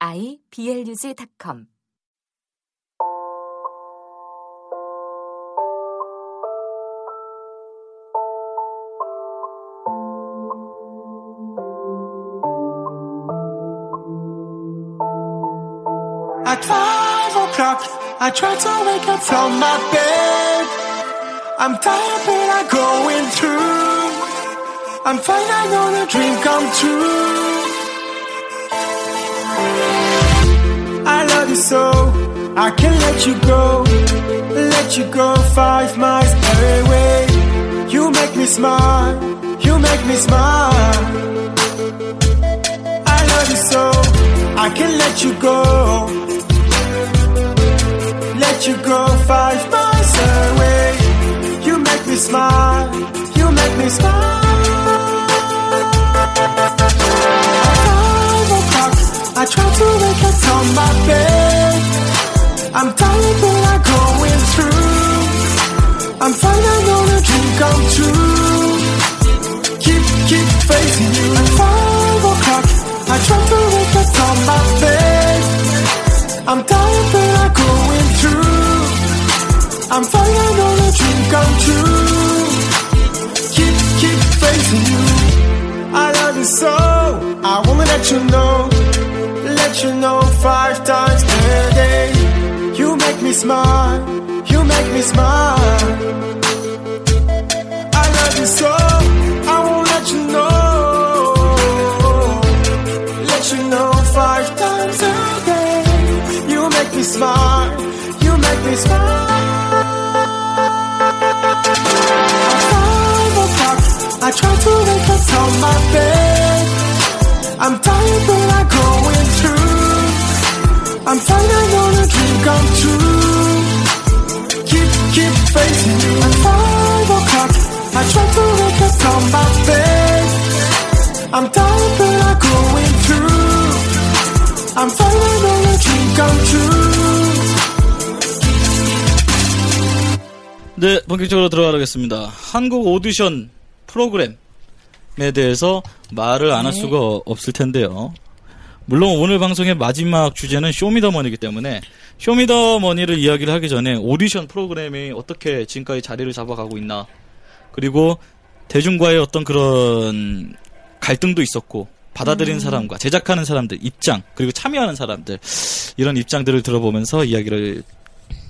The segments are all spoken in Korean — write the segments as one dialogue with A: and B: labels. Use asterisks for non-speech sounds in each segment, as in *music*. A: iblog.com
B: At five o'clock, I try to wake up from my bed. I'm tired, but I'm going through. I'm fine, I know the dream come true. I love you so, I can't let you go. Let you go five miles away. You make me smile, you make me smile. I love you so, I can't let you go let you go five miles away. You make me smile, you make me smile. At five o'clock, I try to wake up from my bed. I'm tired, but I'm going through. I'm fine, I know the dream come true. Keep, keep facing you. At five o'clock, I try to wake up from my bed. I'm tired, but I'm going through. I'm fine, I know the dream come true. Keep, keep facing you. I love you so. I wanna let you know, let you know five times a day. You make me smile, you make me smile. I love you so. I won't let you know let you know five times a day. You make me smile, you make me smile. At five o'clock, I try to wake up from my bed. I'm tired, but I'm going through. I'm fine, I know the dream come true. Keep, keep facing you. At five o'clock, I try to wake up from my bed. I'm tired, but I'm going through. I'm following all the dream come true.
C: 네, 본격적으로 들어가겠습니다. 한국 오디션 프로그램에 대해서 말을 안 할
A: 네.
C: 수가 없을 텐데요. 물론 오늘 방송의 마지막 주제는 쇼미더머니이기 때문에 쇼미더머니를 이야기를 하기 전에 오디션 프로그램이 어떻게 지금까지 자리를 잡아가고 있나 그리고 대중과의 어떤 그런 갈등도 있었고 받아들인 사람과 제작하는 사람들 입장 그리고 참여하는 사람들 이런 입장들을 들어보면서 이야기를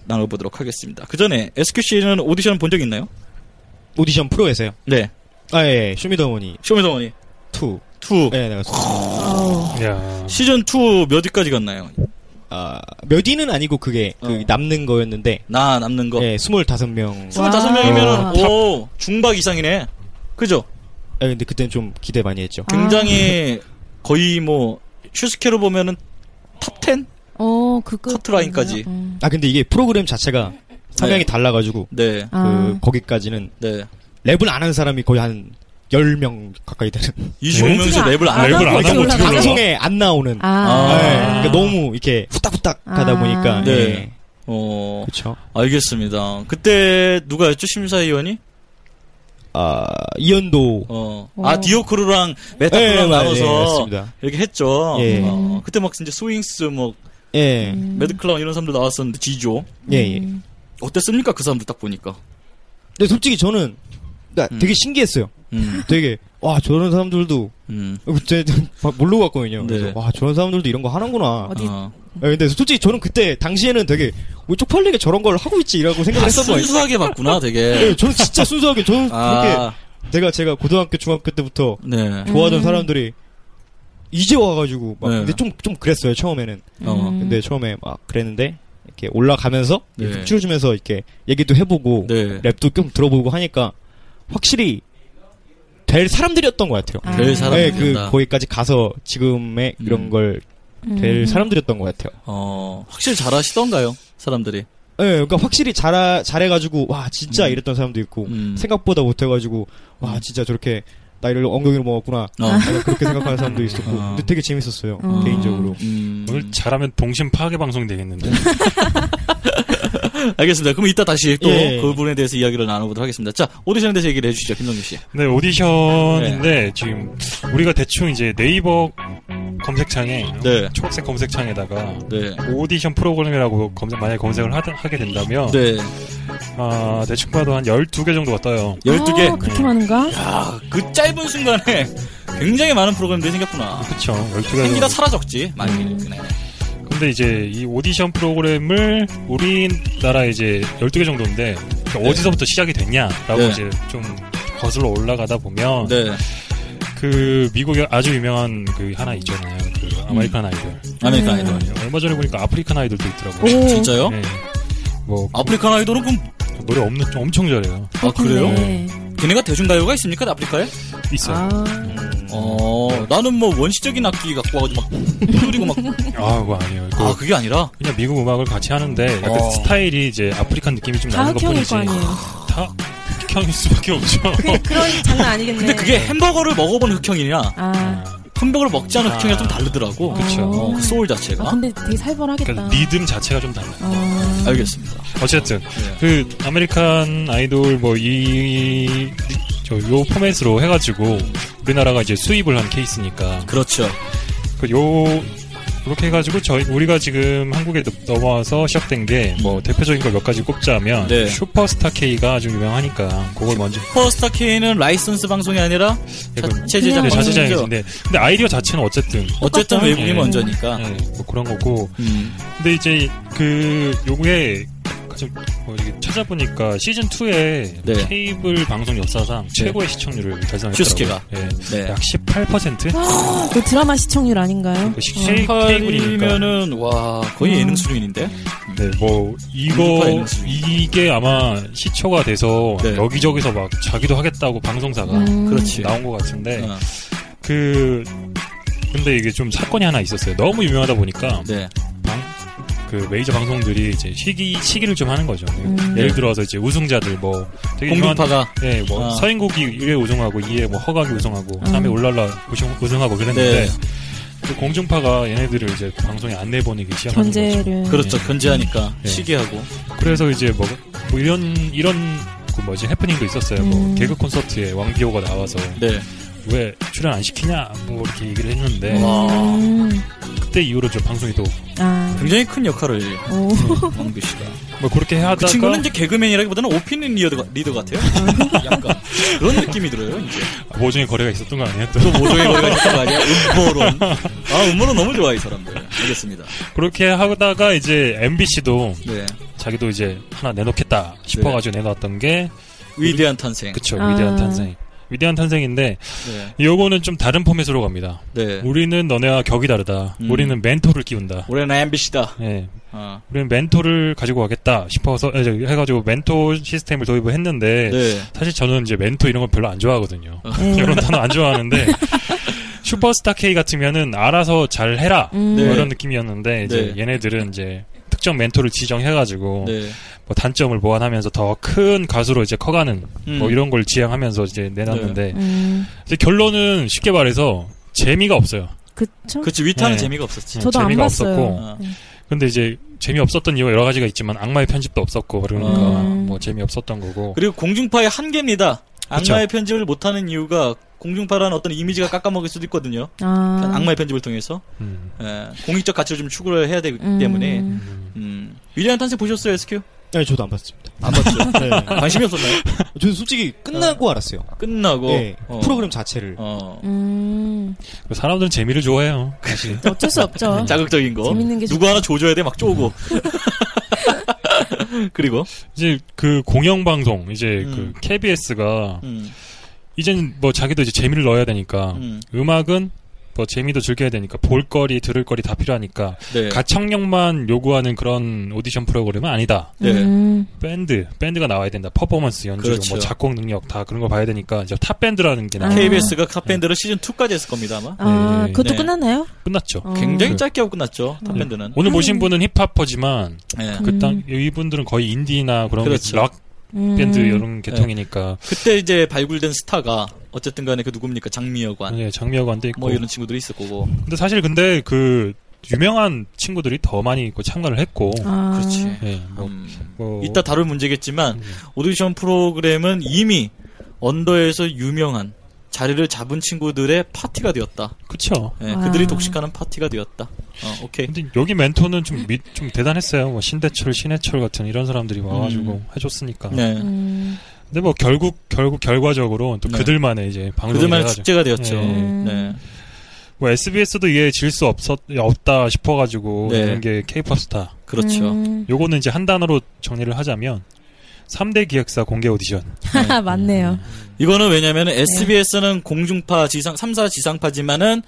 C: 나눠보도록 하겠습니다. 그 전에 SQ 씨는 오디션 본 적 있나요?
D: 오디션 프로에서요.
C: 네.
D: 아, 예, 예. 쇼미더머니
C: 쇼미더머니
D: 2.
C: 2
D: 예, 내가.
E: 야.
C: 시즌 2 몇위까지 갔나요?
D: 아, 몇 위는 아니고 그게 그
C: 어.
D: 남는 거였는데,
C: 나 남는 거
D: 예, 25명.
C: 25명이면 은오 중박 이상이네. 그죠?
D: 예, 근데 그때는 좀 기대 많이 했죠.
C: 굉장히 거의 뭐 슈스케로 보면은 탑 10?
F: 어, 그 끝.
C: 커트 라인까지.
F: 음.
D: 아, 근데 이게 프로그램 자체가 성향이
C: 네.
D: 달라가지고,
C: 네.
D: 그,
F: 아,
D: 거기까지는
C: 네.
D: 랩을 안 한 사람이 거의 한 10명 가까이 되는.
C: 25명에서
F: 네?
C: 랩을 안
F: 랩을
C: 하고
D: 그러니까
F: 안 하고
D: 뭐
F: 어떻게 올라가?
D: 방송에 안 나오는.
F: 아.
D: 예, 그러니까 너무 이렇게 후딱후딱 하다
F: 아.
D: 보니까.
C: 네.
D: 예.
C: 어,
D: 그쵸.
C: 알겠습니다. 그때 누가였죠? 심사위원이?
D: 아, 이현도.
C: 어.
F: 어.
C: 아, 디오크루랑
D: 예,
C: 메타크루랑
D: 예,
C: 나눠서
D: 맞습니다.
C: 이렇게 했죠.
D: 예.
C: 어, 그때 막 진짜 스윙스 뭐
D: 예.
F: 음.
C: 매드클라운 이런 사람들 나왔었는데 지조.
D: 예, 예.
C: 어땠습니까? 그 사람들 딱 보니까.
D: 근데 솔직히 저는 나
C: 음.
D: 되게 신기했어요.
C: 음.
D: 되게 와 저런 사람들도
C: 음.
D: 제가 모르고 갔거든요. 그래서
C: 네.
D: 와 저런 사람들도 이런 거 하는구나.
F: 어디-
C: 어.
D: 예, 근데 솔직히 저는 그때 당시에는 되게 왜 쪽팔리게 저런 걸 하고 있지라고
C: 아,
D: 생각을 했었어요.
C: 순수하게 봤구나, 되게.
D: 예, 저는 진짜 순수하게 저는
C: 아,
D: 그렇게 내가 제가 고등학교 중학교 때부터
C: 네.
D: 좋아하던 사람들이 이제 와가지고 막
C: 네.
D: 근데 좀 좀 그랬어요 처음에는.
C: 어.
D: 근데 처음에 막 그랬는데 이렇게 올라가면서
C: 네.
D: 이렇게 줄여주면서 이렇게 얘기도 해보고
C: 네.
D: 랩도 좀 들어보고 하니까 확실히 될 사람들이었던 것 같아요.
F: 아.
C: 될 사람이
D: 네,
C: 된다.
D: 그 거기까지 가서 지금의 이런
C: 음.
D: 걸 될 사람들이었던 것 같아요.
C: 어, 확실히 잘하시던가요? 사람들이.
D: 예, 그러니까 확실히 잘 잘해가지고 와 진짜
C: 음.
D: 이랬던 사람도 있고
C: 음.
D: 생각보다 못해가지고 와
C: 음.
D: 진짜 저렇게 나이를 엉덩이로 먹었구나
C: 어.
D: 약간 그렇게 생각하는 사람도 있었고
C: 아.
D: 근데 되게 재밌었어요
C: 어.
D: 개인적으로.
C: 음. 네.
E: 오늘 잘하면 동심 파괴 방송 *laughs* 되겠는데.
C: 알겠습니다. 그럼 이따 다시 또
D: 예.
C: 그 부분에 대해서 이야기를 나눠보도록 하겠습니다. 자, 오디션에 대해서 얘기를 해주시죠, 김동규 씨.
E: 네, 오디션인데
C: 네.
E: 지금 우리가 대충 이제 네이버 검색창에
C: 네.
E: 초록색 검색창에다가
C: 네.
E: 오디션 프로그램이라고 검색 만약에 검색을 하게 된다면
C: 네.
E: 아, 대충 봐도 한 12개 정도가 떠요.
C: 12개.
F: 아, 그렇게 많은가?
C: 아, 그 짧은 순간에 굉장히 많은 프로그램들이 생겼구나.
E: 그쵸 12개 정도.
C: 생기다 사라졌지, 많이. 그네.
E: 근데 이제 이 오디션 프로그램을 우리나라 이제 12개 정도인데 어디서부터 시작이 됐냐라고
C: 네.
E: 이제 좀 거슬러 올라가다 보면
C: 네.
E: 그 미국의 아주 유명한 그 하나 있잖아요. 그 아메리칸 아이돌.
C: 아메리칸
F: 네.
C: 아이돌.
E: 얼마 전에 보니까 아프리칸 아이돌도 있더라고요.
C: *laughs*
F: 오.
C: 진짜요?
E: 네. 뭐
C: 아프리칸 아이돌은 그럼,
E: 노래 없는 좀 엄청 잘해요.
C: 아, 그래요?
F: 네.
C: 걔네가 대중가요가 있습니까, 아프리카에?
E: 있어요.
F: 아,
C: 어, 나는 뭐 원시적인 악기 갖고 와가지고 막, 뿌리고 막,
E: 아, 그거 아니에요. 그거
C: 아, 그게 아니라?
E: 그냥 미국 음악을 같이 하는데 약간
C: 어.
E: 스타일이 이제 아프리칸 느낌이 좀 나는
F: 다흑형일
E: 것뿐이지.
F: 거 아니에요.
E: 다 흑형일
F: *laughs*
E: 수밖에 없죠. 그러니까
F: 그, 그런 장난 아니겠네.
C: 어. 근데 그게 햄버거를 먹어본 흑형이냐,
F: 아,
C: 햄버거를 먹지 않은 흑형이랑 좀 다르더라고.
F: 그쵸.
C: 어, 그 소울
F: 아,
C: 자체가.
F: 근데 되게 살벌하겠다.
E: 그러니까 리듬 자체가 좀 달라요.
F: 어.
C: 알겠습니다.
E: 어쨌든 그 아메리칸 아이돌 뭐 뭐이저요 포맷으로 해가지고 우리나라가 이제 수입을 한 케이스니까
C: 그렇죠.
E: 그요 그렇게 해가지고 저희 우리가 지금 한국에 넘- 넘어와서 시작된 게 뭐 대표적인 걸 몇 가지 꼽자면
C: 네.
E: 슈퍼스타 K가 아주 유명하니까 그걸 먼저
C: 퍼스타 K는 라이선스 방송이 아니라
E: 약간
C: 자체 제작
F: 그냥
E: 네,
C: 방송이죠.
E: 자세장인데 근데 아이디어 자체는 어쨌든
C: 어쨌든
F: 똑같죠.
C: 외국이
E: 네.
C: 먼저니까.
E: 네, 뭐 그런 거고
C: 음.
E: 근데 이제 그 요게 지금 뭐 이게 찾아보니까 시즌 2에
C: 네.
E: 케이블 방송 역사상 최고의 시청률을 달성했더라고요.
C: 슈스케가.
E: 예.
C: 네.
E: 약 18%?
F: 아, 그 드라마 시청률 아니인가요?
E: 그 시-
F: 어.
E: 시- 케이블이니까.
C: 팔이면은 와 거의 예능
F: 음.
C: 수준인데.
E: 네, 뭐 이거
C: 인구가 있는 수준.
E: 이게 아마 시초가 돼서
C: 네.
E: 여기저기서 막 자기도 하겠다고 방송사가
F: 음.
C: 그렇지.
E: 나온 것 같은데
C: 어,
E: 그 근데 이게 좀 사건이 하나 있었어요. 너무 유명하다 보니까
C: 네.
E: 방, 그 메이저 방송들이 이제 시기 시기를 좀 하는 거죠. 네.
F: 음.
E: 예를 들어서 이제 우승자들 뭐 되게 유명한
C: 공중파가
E: 예, 뭐
C: 아.
E: 서인국이 1회 우승하고 2회 뭐 허각이 우승하고
F: 음.
E: 3회 올랄라 우승, 우승하고 그랬는데
C: 네.
E: 그 공중파가 얘네들을 이제 방송에 안 내보내기 시작하는 거죠.
F: 견제를.
C: 그렇죠. 견제하니까
E: 네.
C: 시기하고.
E: 그래서 이제 뭐, 뭐 이런 이런 그 뭐지 해프닝도 있었어요. 뭐
F: 음.
E: 개그 콘서트에 왕비호가 나와서
C: 네.
E: 왜 출연 안 시키냐 뭐 이렇게 얘기를 했는데
C: 와
F: 음.
E: 그때 이후로 저 방송이
F: 아.
C: 굉장히 큰 역할을
F: 오.
C: 왕규 씨가.
E: 또뭐 그렇게 하다가
C: 그 친구는 이제 개그맨이라기보다는 오피니언 리더, 리더 같아요. 약간 그런 느낌이 들어요. 이제
E: 모종의 거래가 있었던 거 아니에요? 또
C: 또 모종의 거리가 있을 거 아니야. 음모론. 아 음모론 너무 좋아 이 사람들. 알겠습니다.
E: *laughs* 그렇게 하다가 이제 MBC도
C: 네.
E: 자기도 이제 하나 내놓겠다 싶어가지고 내놨던 게
C: 위대한 탄생.
E: 그쵸
F: 아.
E: 위대한 탄생 위대한 탄생인데
C: 네.
E: 요거는 좀 다른 포맷으로 갑니다
C: 네.
E: 우리는 너네와 격이 다르다
C: 음.
E: 우리는 멘토를 끼운다
C: 올해는 MBC다.
E: 예,
C: 아.
E: 우리는 멘토를 가지고 가겠다 싶어서 에, 저기 해가지고 멘토 시스템을 도입을 했는데
C: 네.
E: 사실 저는 이제 멘토 이런 걸 별로 안 좋아하거든요
F: 네.
E: *laughs* 이런 단어 안 좋아하는데
C: *laughs*
E: 슈퍼스타 K 같으면은 알아서 잘 해라
F: 음.
C: 네.
E: 뭐 이런 느낌이었는데 이제
C: 네.
E: 얘네들은 이제 특정 멘토를 지정해가지고
C: 네.
E: 뭐 단점을 보완하면서 더 큰 가수로 이제 커가는
C: 음. 네.
E: 뭐 이런 걸 지향하면서 이제 내놨는데
F: 음.
E: 이제 결론은 쉽게 말해서 재미가 없어요.
F: 그쵸?
C: 그치 위타는
E: 네.
C: 재미가 없었지.
F: 저도 안
E: 재미가
F: 봤어요.
E: 없었고
C: 어.
E: 근데 이제 재미 없었던 이유가 여러 가지가 있지만 악마의 편집도 없었고 그러니까
F: 음.
E: 뭐 재미 없었던 거고
C: 그리고 공중파의 한계입니다.
E: 그쵸.
C: 악마의 편집을 못하는 이유가 공중파라는 어떤 이미지가 깎아먹을 수도 있거든요.
F: 아.
C: 악마의 편집을 통해서
E: 음.
C: 예, 공익적 가치를 좀 추구를 해야 되기
F: 음.
C: 때문에 음. 위대한 탄생 보셨어요, SQ?
D: 네, 저도 안 봤습니다.
C: 안 봤죠.
D: *laughs* 네.
C: 관심이
F: *laughs*
C: 없었나요?
D: 저는 솔직히 끝나고 알았어요.
C: 끝나고
F: 예,
D: 네,
C: 어.
D: 프로그램 자체를.
C: 어.
F: 음.
E: 그 사람들은 재미를 좋아해요. 사실
F: 어쩔 수 없죠.
C: *laughs* 자극적인 거
F: 재밌는 게
C: 누구 하나 조져야 돼 막
F: *laughs*
C: 쪼고 그리고
E: 이제 그 공영 방송 이제
C: 음.
E: 그 KBS가
C: 음,
F: 아,
E: 이제는 뭐 자기도 이제 재미를 넣어야 되니까
C: 음.
E: 음. 악은 뭐 재미도 즐겨야 되니까 볼거리, 들을거리 다 필요하니까
C: 네.
E: 가창력만 요구하는 그런 오디션 프로그램은 아니다.
C: 네.
F: 음.
E: 밴드, 밴드가 나와야 된다. 퍼포먼스, 연주,
C: 그렇죠.
E: 뭐 작곡 능력 다 그런 거 봐야 되니까 이제 탑 밴드라는 게 나.
F: 아.
C: KBS가 탑밴드를 시즌 2까지 했을 겁니다 아마.
F: 아,
E: 네.
F: 그것도
C: 네.
F: 끝났나요?
E: 끝났죠.
F: 어. 네.
C: 굉장히
E: 그-
C: 짧게 하고 끝났죠 탑밴드는.
E: 오늘 모신 분은 힙합퍼지만
C: 네.
E: 그 땅,
F: 음.
E: 이분들은 거의 인디나 그런
C: 그렇죠. 네.
E: 락
F: 음.
E: 밴드 이런 계통이니까
C: 그때 이제 발굴된 스타가 어쨌든 간에 그 누굽니까 장미여관
F: 음.
E: 네, 장미여관도 있고
C: 뭐 이런 친구들이 있을 거고.
E: 근데 사실 근데 그 유명한 친구들이 더 많이 있고 참가를 했고
F: 아.
C: 그렇지.
E: 예, 뭐,
C: 음,
E: 뭐-
C: 이따 다룰 문제겠지만 오디션 프로그램은 이미 언더에서 유명한 자리를 잡은 친구들의 파티가 되었다.
E: 그쵸
C: 예,
F: 와.
C: 그들이 독식하는 파티가 되었다. 어, 오케이.
E: 근데 여기 멘토는 좀, 미- 좀 대단했어요 뭐 신대철 신해철 같은 이런 사람들이 와가지고
C: 음.
E: 해줬으니까
C: 네.
F: 음.
E: 근데 뭐 결국 결국 결과적으로 또
C: 네.
E: 그들만의 이제 방송이
C: 그들만의
E: 돼가지고.
C: 축제가 되었죠.
F: 음.
E: 예.
C: 네.
E: 뭐 SBS도 이게 질 수 없었 없다 싶어가지고
C: 네.
E: 이런 게 K-팝 스타
C: 그렇죠.
F: 음.
E: 요거는 이제 한 단어로 정리를 하자면 3대 기획사 공개 오디션
F: 하하, *laughs* 맞네요.
C: 이거는 왜냐면은
F: 네.
C: SBS는 공중파 지상 3사 지상파지만은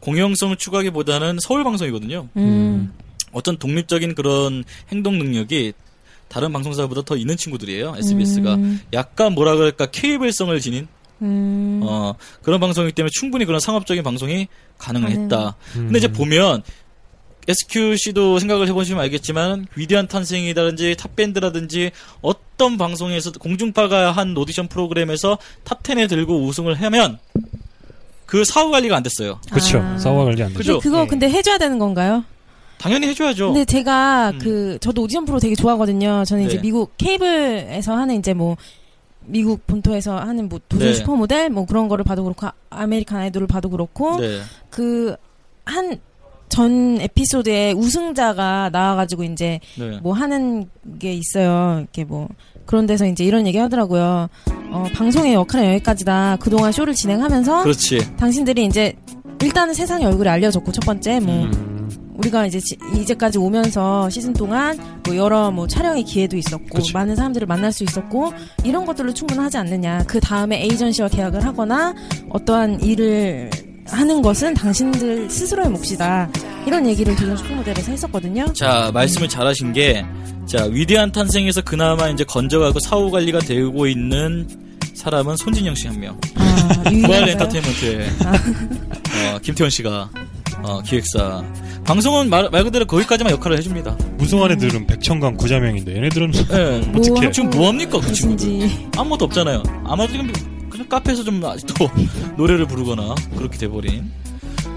C: 공영성을 추구하기보다는 서울 방송이거든요.
F: 음.
C: 어떤 독립적인 그런 행동 능력이 다른 방송사보다 더 있는 친구들이에요. SBS가
F: 음.
C: 약간 뭐라 그럴까 케이블성을 지닌
F: 음.
C: 어, 그런 방송이기 때문에 충분히 그런 상업적인 방송이 가능했다. 근데 이제
E: 음.
C: 보면 SQC도 생각을 해보시면 알겠지만 위대한 탄생이라든지 탑밴드라든지 어떤 방송에서 공중파가 한 오디션 프로그램에서 탑10에 들고 우승을 하면 그 사후 관리가 안 됐어요.
E: 그쵸
F: 아.
E: 사와 관리 안
F: 근데
E: 되죠
C: 그죠?
F: 그거
D: 음.
F: 근데 해줘야 되는 건가요?
C: 당연히 해줘야죠.
F: 근데 제가
C: 음.
F: 그 저도 오디션 프로 되게 좋아하거든요. 저는 이제
C: 네.
F: 미국 케이블에서 하는 이제 뭐 미국 본토에서 하는 뭐 도전
C: 네.
F: 슈퍼모델 뭐 그런 거를 봐도 그렇고 아- 아메리칸 아이돌을 봐도 그렇고
C: 네.
F: 그 한 전 에피소드에 우승자가 나와가지고 이제
C: 네.
F: 뭐 하는 게 있어요. 이렇게 뭐 그런 데서 이제 이런 얘기 하더라고요. 어, 방송의 역할은 여기까지다. 그동안 쇼를 진행하면서
C: 그렇지.
F: 당신들이 이제 일단은 세상의 얼굴을 알려줬고 첫 번째 뭐
E: 음.
F: 우리가 이제 지- 이제까지 오면서 시즌 동안 뭐 여러 뭐 촬영의 기회도 있었고
E: 그치.
F: 많은 사람들을 만날 수 있었고 이런 것들로 충분하지 않느냐 그 다음에 에이전시와 계약을 하거나 어떠한 일을 하는 것은 당신들 스스로의 몫이다 이런 얘기를 도전 슈퍼모델에서 했었거든요.
C: 자, 말씀을 잘하신 게, 자, 위대한 탄생에서 그나마 이제 건져가고 사후 관리가 되고 있는 사람은 손진영 씨 한 명.
F: 아,
C: 부활
F: *laughs* 유일한가요?
C: 엔터테인먼트의 어, 김태원 씨가 어, 기획사. 방송은 말, 말 그대로 거기까지만 역할을 해줍니다.
E: 무승한 애들은 백천강 구자명인데 얘네들은 *laughs*
C: 예.
F: 뭐
E: 어떡해.
F: 하고
C: 지금 뭐합니까, 그 친구들?
F: 무슨지.
C: 아무것도 없잖아요. 아마 지금 그냥 카페에서 좀 아직도 *laughs* 노래를 부르거나 그렇게 돼버린.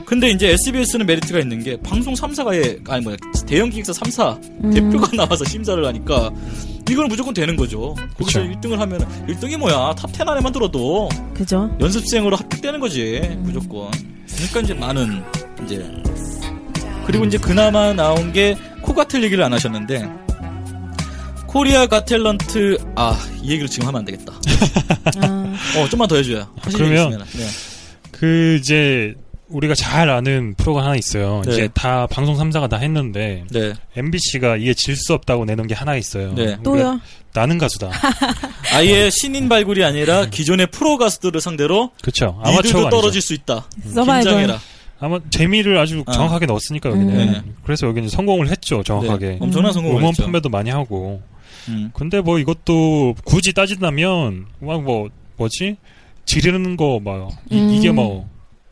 C: 근데 이제 SBS는 메리트가 있는 게 방송 3사가 예, 아니 뭐야 대형 기획사 3사 *laughs*
F: 음.
C: 대표가 나와서 심사를 하니까 이건 무조건 되는 거죠. 거기서
E: 그쵸.
C: 1등을 하면 1등이 뭐야 탑 10 안에만 들어도
F: 음, 그죠?
C: 연습생으로 합격되는 거지 무조건. 그러니까 이제 많은 이제 그리고 이제 그나마 나온 게 코가틀 얘기를 안 하셨는데 코리아 가탤런트 아 이 얘기를 지금 하면 안 되겠다. *laughs*
F: 아,
C: 어 좀만 더 해줘요. 하실 얘기
E: 그러면-
C: 있으면. 네.
E: 그 이제 우리가 잘 아는 프로가 하나 있어요.
C: 네.
E: 이제 다 방송 3사가 다 했는데
C: 네.
E: MBC가 이에 질 수 없다고 내놓은 게 하나 있어요.
C: 네.
E: 우리가
F: 또요?
E: 나는 *laughs* 가수다.
C: 아예 신인 발굴이 아니라 기존의 프로 가수들을 상대로
E: 그렇죠.
C: 니들도
E: 네. 아마추어가
C: 떨어질 수 있다.
F: 서바이벌.
C: 그러니까 긴장해라. 네.
E: 아니죠. 아마 재미를 아주
C: 아.
E: 정확하게 넣었으니까 여기는.
C: 네.
E: 그래서 여기는 성공을 했죠. 정확하게.
C: 네. 엄청난 성공을
E: 음원
C: 했죠.
E: 판매도 많이 하고.
C: 음.
E: 근데 뭐 이것도 굳이 따진다면 막 뭐 뭐지 지르는 거막
F: 음.
E: 이게 뭐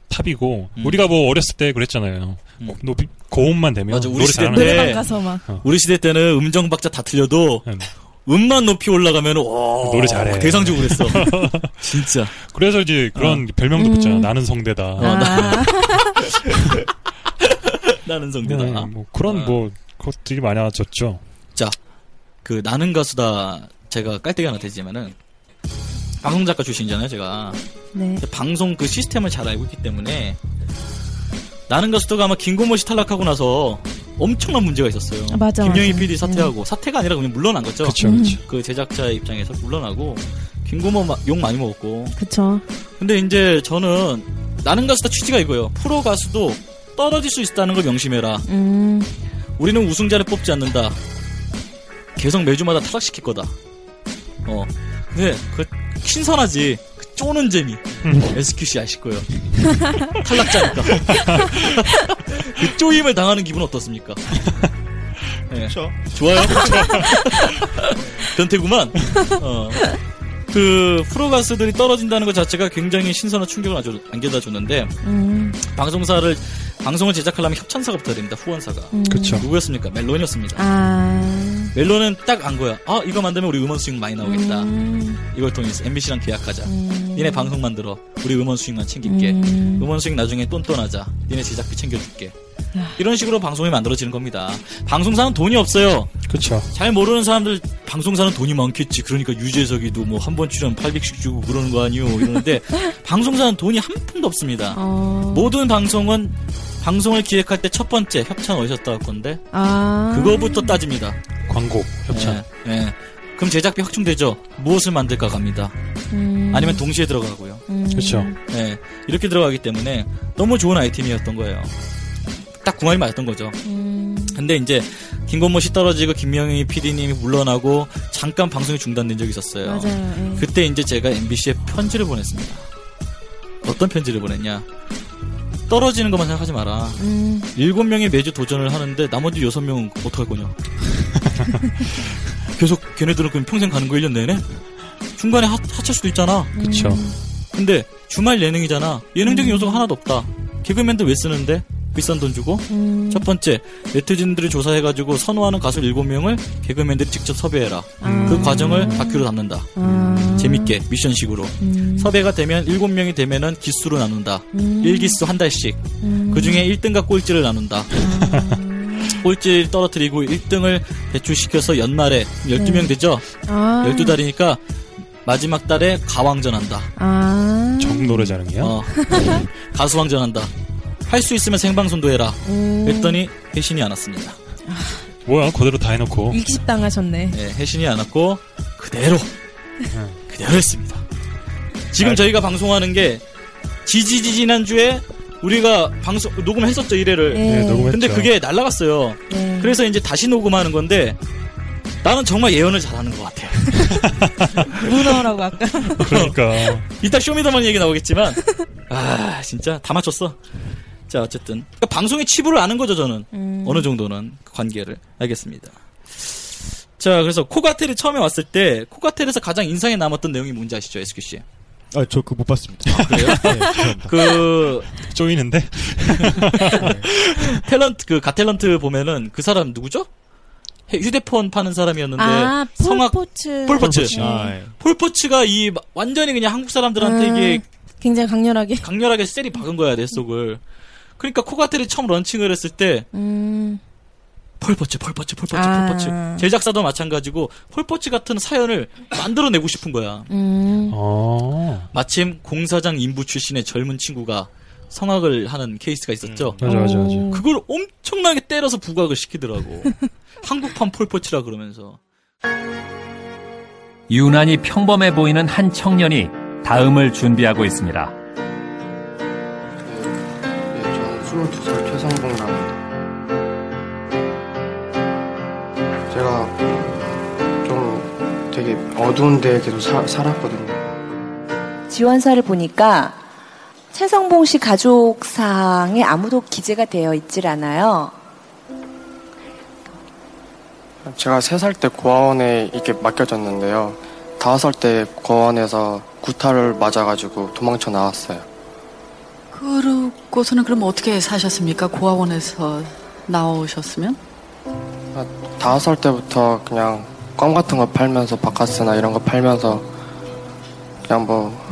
E: 탑이고
C: 음.
E: 우리가 뭐 어렸을 때 그랬잖아요.
C: 음.
E: 고- 높이 고음만 되면
C: 맞아, 우리
E: 노래
C: 시대
E: 잘하는
C: 때-
F: 노래방
C: 네.
F: 가서 막
C: 우리 시대 때는 음정 박자 다 틀려도
E: 음.
C: 음만 높이 올라가면 와
E: 노래 잘해.
C: 대상주고
E: *laughs*
C: 그랬어. 진짜.
E: 그래서 이제 그런 별명도
F: 음.
E: 붙잖아. 나는 성대다.
C: 어,
F: 아,
C: *laughs* 나는
E: 네,
C: 성대다.
E: 뭐 그런
C: 아.
E: 뭐 것들이 많아졌죠.
C: 그 나는 가수다 제가 깔때기 하나 대지면은 방송 작가 출신이잖아요 제가
F: 네.
C: 근데 방송 그 시스템을 잘 알고 있기 때문에 나는 가수다가 아마 김고모 씨 탈락하고 나서 엄청난 문제가 있었어요.
F: 아, 맞아,
C: 김영희
F: 맞아.
C: PD 사퇴하고 사퇴가 아니라 그냥 물러난 거죠.
E: 그렇죠,
F: 음,
E: 그렇죠.
C: 그 제작자 입장에서 물러나고 김고모 마- 욕 많이 먹었고
F: 그쵸.
C: 근데 이제 저는 나는 가수다 취지가 이거예요. 프로 가수도 떨어질 수 있다는 걸 명심해라.
F: 음.
C: 우리는 우승자를 뽑지 않는다. 계속 매주마다 타락시킬 거다. 어. 근데 그 신선하지. 그 쪼는 재미. SQC 아실 거예요. *laughs* 탈락자니까. *laughs* 그 쪼임을 당하는 기분 어떻습니까? 예.
D: 그렇죠.
C: 좋아요. 변태구만. 어. 그 프로가스들이 떨어진다는 것 자체가 굉장히 신선한 충격을 아주 안겨다 주는데
F: 음,
C: 방송사를 방송을 제작하려면 협찬사가 붙어야 됩니다. 후원사가
F: 음.
E: 그렇죠.
C: 누구였습니까? 멜론이었습니다.
F: 아.
C: 멜론은 딱 안 거야. 아 이거 만들면 우리 음원 수익 많이 나오겠다.
F: 음,
C: 이걸 통해서 MBC랑 계약하자.
F: 음.
C: 니네 방송 만들어. 우리 음원 수익만 챙길게. 뭐?
F: 음.
C: 음원 수익 나중에 똔똔하자. 니네 제작비 챙겨줄게.
F: 아.
C: 이런 식으로 방송이 만들어지는 겁니다. 방송사는 돈이 없어요.
E: 그렇죠.
C: 잘 모르는 사람들 방송사는 돈이 많겠지. 그러니까 유재석이도 뭐 한 번 출연 800씩 주고 그러는 거 아니요.
F: *laughs*
C: 이러는데 방송사는 돈이 한 푼도 없습니다.
F: 어.
C: 모든 방송은 방송을 기획할 때 첫 번째 협찬 어디셨다 할 건데
F: 아.
C: 그거부터 따집니다.
E: 광고 협찬.
C: 예, 예. 그럼 제작비 확충되죠. 무엇을 만들까 갑니다.
F: 음.
C: 아니면 동시에 들어가고요.
F: 음.
E: 그렇죠.
C: 예, 이렇게 들어가기 때문에 너무 좋은 아이템이었던 거예요. 딱 궁합이 맞았던 거죠.
F: 음.
C: 근데 이제 김건모 씨 떨어지고 김명희 PD님이 물러나고 잠깐 방송이 중단된 적이 있었어요.
F: 맞아요. 예.
C: 그때 이제 제가 MBC에 편지를 보냈습니다. 어떤 편지를 보냈냐? 떨어지는 것만 생각하지 마라.
F: 음.
C: 일곱 명이 매주 도전을 하는데 나머지 여섯 명은 어떡할 거냐? *laughs* 계속 걔네들은 그럼 평생 가는 거 1년 내내? 중간에 하, 하차할 수도 있잖아.
F: 음,
E: 그렇죠.
C: 근데 주말 예능이잖아. 예능적인 요소가 하나도 없다. 개그맨들 왜 쓰는데? 비싼 돈 주고?
F: 음.
C: 첫 번째, 네티즌들을 조사해가지고 선호하는 가수 7명을 개그맨들이 직접 섭외해라.
F: 아.
C: 그 과정을 다큐로 담는다.
F: 아.
C: 재밌게, 미션식으로.
F: 음.
C: 섭외가 되면 7명이 되면은 기수로 나눈다.
F: 음.
C: 일기수한 달씩.
F: 음. 아.
C: 그 중에 1등과 꼴찌를 나눈다. *laughs* 꼴찌를 떨어뜨리고 1등을 배출시켜서 연말에 12명
F: 네.
C: 되죠?
F: 아.
C: 12달이니까 마지막 달에 가왕전한다.
F: 아.
E: 정 노래자랑이야.
C: 어. *laughs* 가수왕전한다. 할 수 있으면 생방송도 해라.
F: 오.
C: 했더니 회신이 안 왔습니다.
E: 뭐야 그대로 다 해놓고.
F: 일기십 당하셨네.
C: 예, 회신이 안 왔고 그대로 그대로 했습니다. 지금
E: 알-
C: 저희가 방송하는 게 지지지 지난주에 우리가 방송 녹음했었죠 1회를.
E: 네, 녹음했죠.
C: 근데 그게 날라갔어요.
F: 예, 네.
C: 그래서 이제 다시 녹음하는 건데 나는 정말 예언을 잘하는 것 같아요.
F: 문어라고 아까.
E: *laughs*
C: *laughs*
E: 그러니까
C: 이따 쇼미더머니 얘기 나오겠지만 *laughs* 아 진짜 다 맞췄어. 자 어쨌든 그러니까 방송의 치부를 아는 거죠 저는
F: 음.
C: 어느 정도는 그 관계를 알겠습니다. 자 그래서 코가텔이 처음에 왔을 때 코가텔에서 가장 인상에 남았던 내용이 뭔지 아시죠 SQ 씨?
D: 아, 저 그거 못 봤습니다.
C: 그래요?
D: 네, 죄송합니다.
C: *laughs* 그
E: 쪼이는데
C: 탤런트 그 가탤런트 보면은 그 사람 누구죠? 해- 휴대폰 파는 사람이었는데
F: 아,
C: 성악
F: 폴포츠.
C: 폴포츠
D: 아, 예.
C: 폴포츠가 이 마- 완전히 그냥 한국 사람들한테
F: 아.
C: 이게
F: 굉장히 강렬하게.
C: 강렬하게 셀이 박은 거야 내 속을. 그러니까 코가텔이 처음 런칭을 했을 때
F: 음.
C: 폴포츠, 폴포츠, 폴포츠,
F: 아.
C: 폴포츠. 제작사도 마찬가지고 폴포츠 같은 사연을 만들어내고 싶은 거야.
F: 음.
E: 어
C: 마침 공사장 인부 출신의 젊은 친구가 성악을 하는 케이스가 있었죠.
E: 맞아
D: 어.
E: 맞아 맞아
G: 음.
F: 오.
C: 그걸 엄청나게 때려서 부각을 시키더라고. 한국판 폴포츠라 그러면서.
H: 유난히 평범해 보이는 한 청년이 다음을 준비하고 있습니다.
I: 예, 저는 22살 최상봉이라고 합니다. 제가 좀 되게 어두운 데 계속 사- 살았거든요.
G: 지원서를 보니까 최성봉 씨 가족상에 아무도 기재가 되어 있질 않아요.
I: 제가 3살 때 고아원에 이렇게 맡겨졌는데요. 5살 때 고아원에서 구타를 맞아가지고 도망쳐 나왔어요.
G: 그러고서는 그럼 어떻게 사셨습니까? 고아원에서 나오셨으면?
I: 5살 때부터 그냥 껌 같은 거 팔면서 바카스나 이런 거 팔면서 그냥 뭐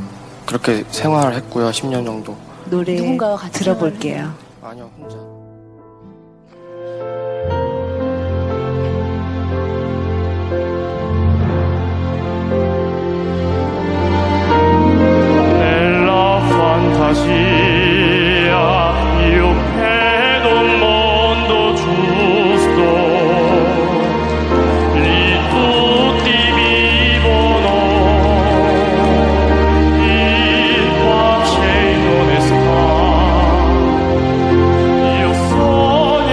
I: 그렇게 생활을 했고요. 10년 정도.
G: 노래 누군가와 같이 네, 들어볼게요.
I: 아니요, 혼자.
B: Bella fantasia, io credo un mondo giusto, lì tutti vivono, il pace non ne sta.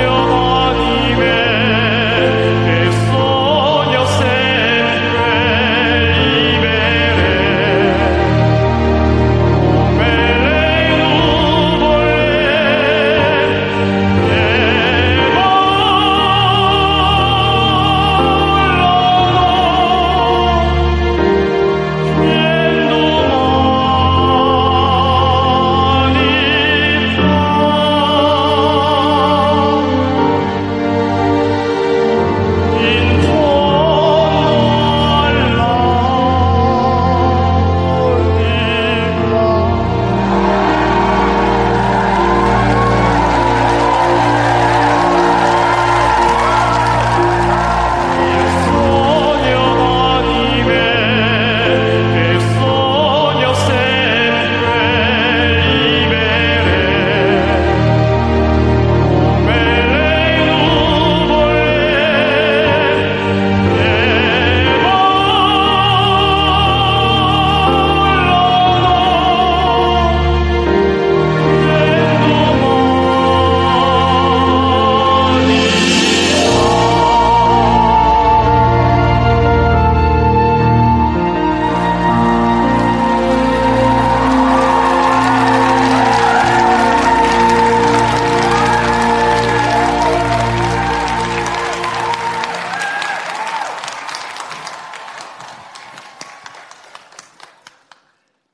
B: Io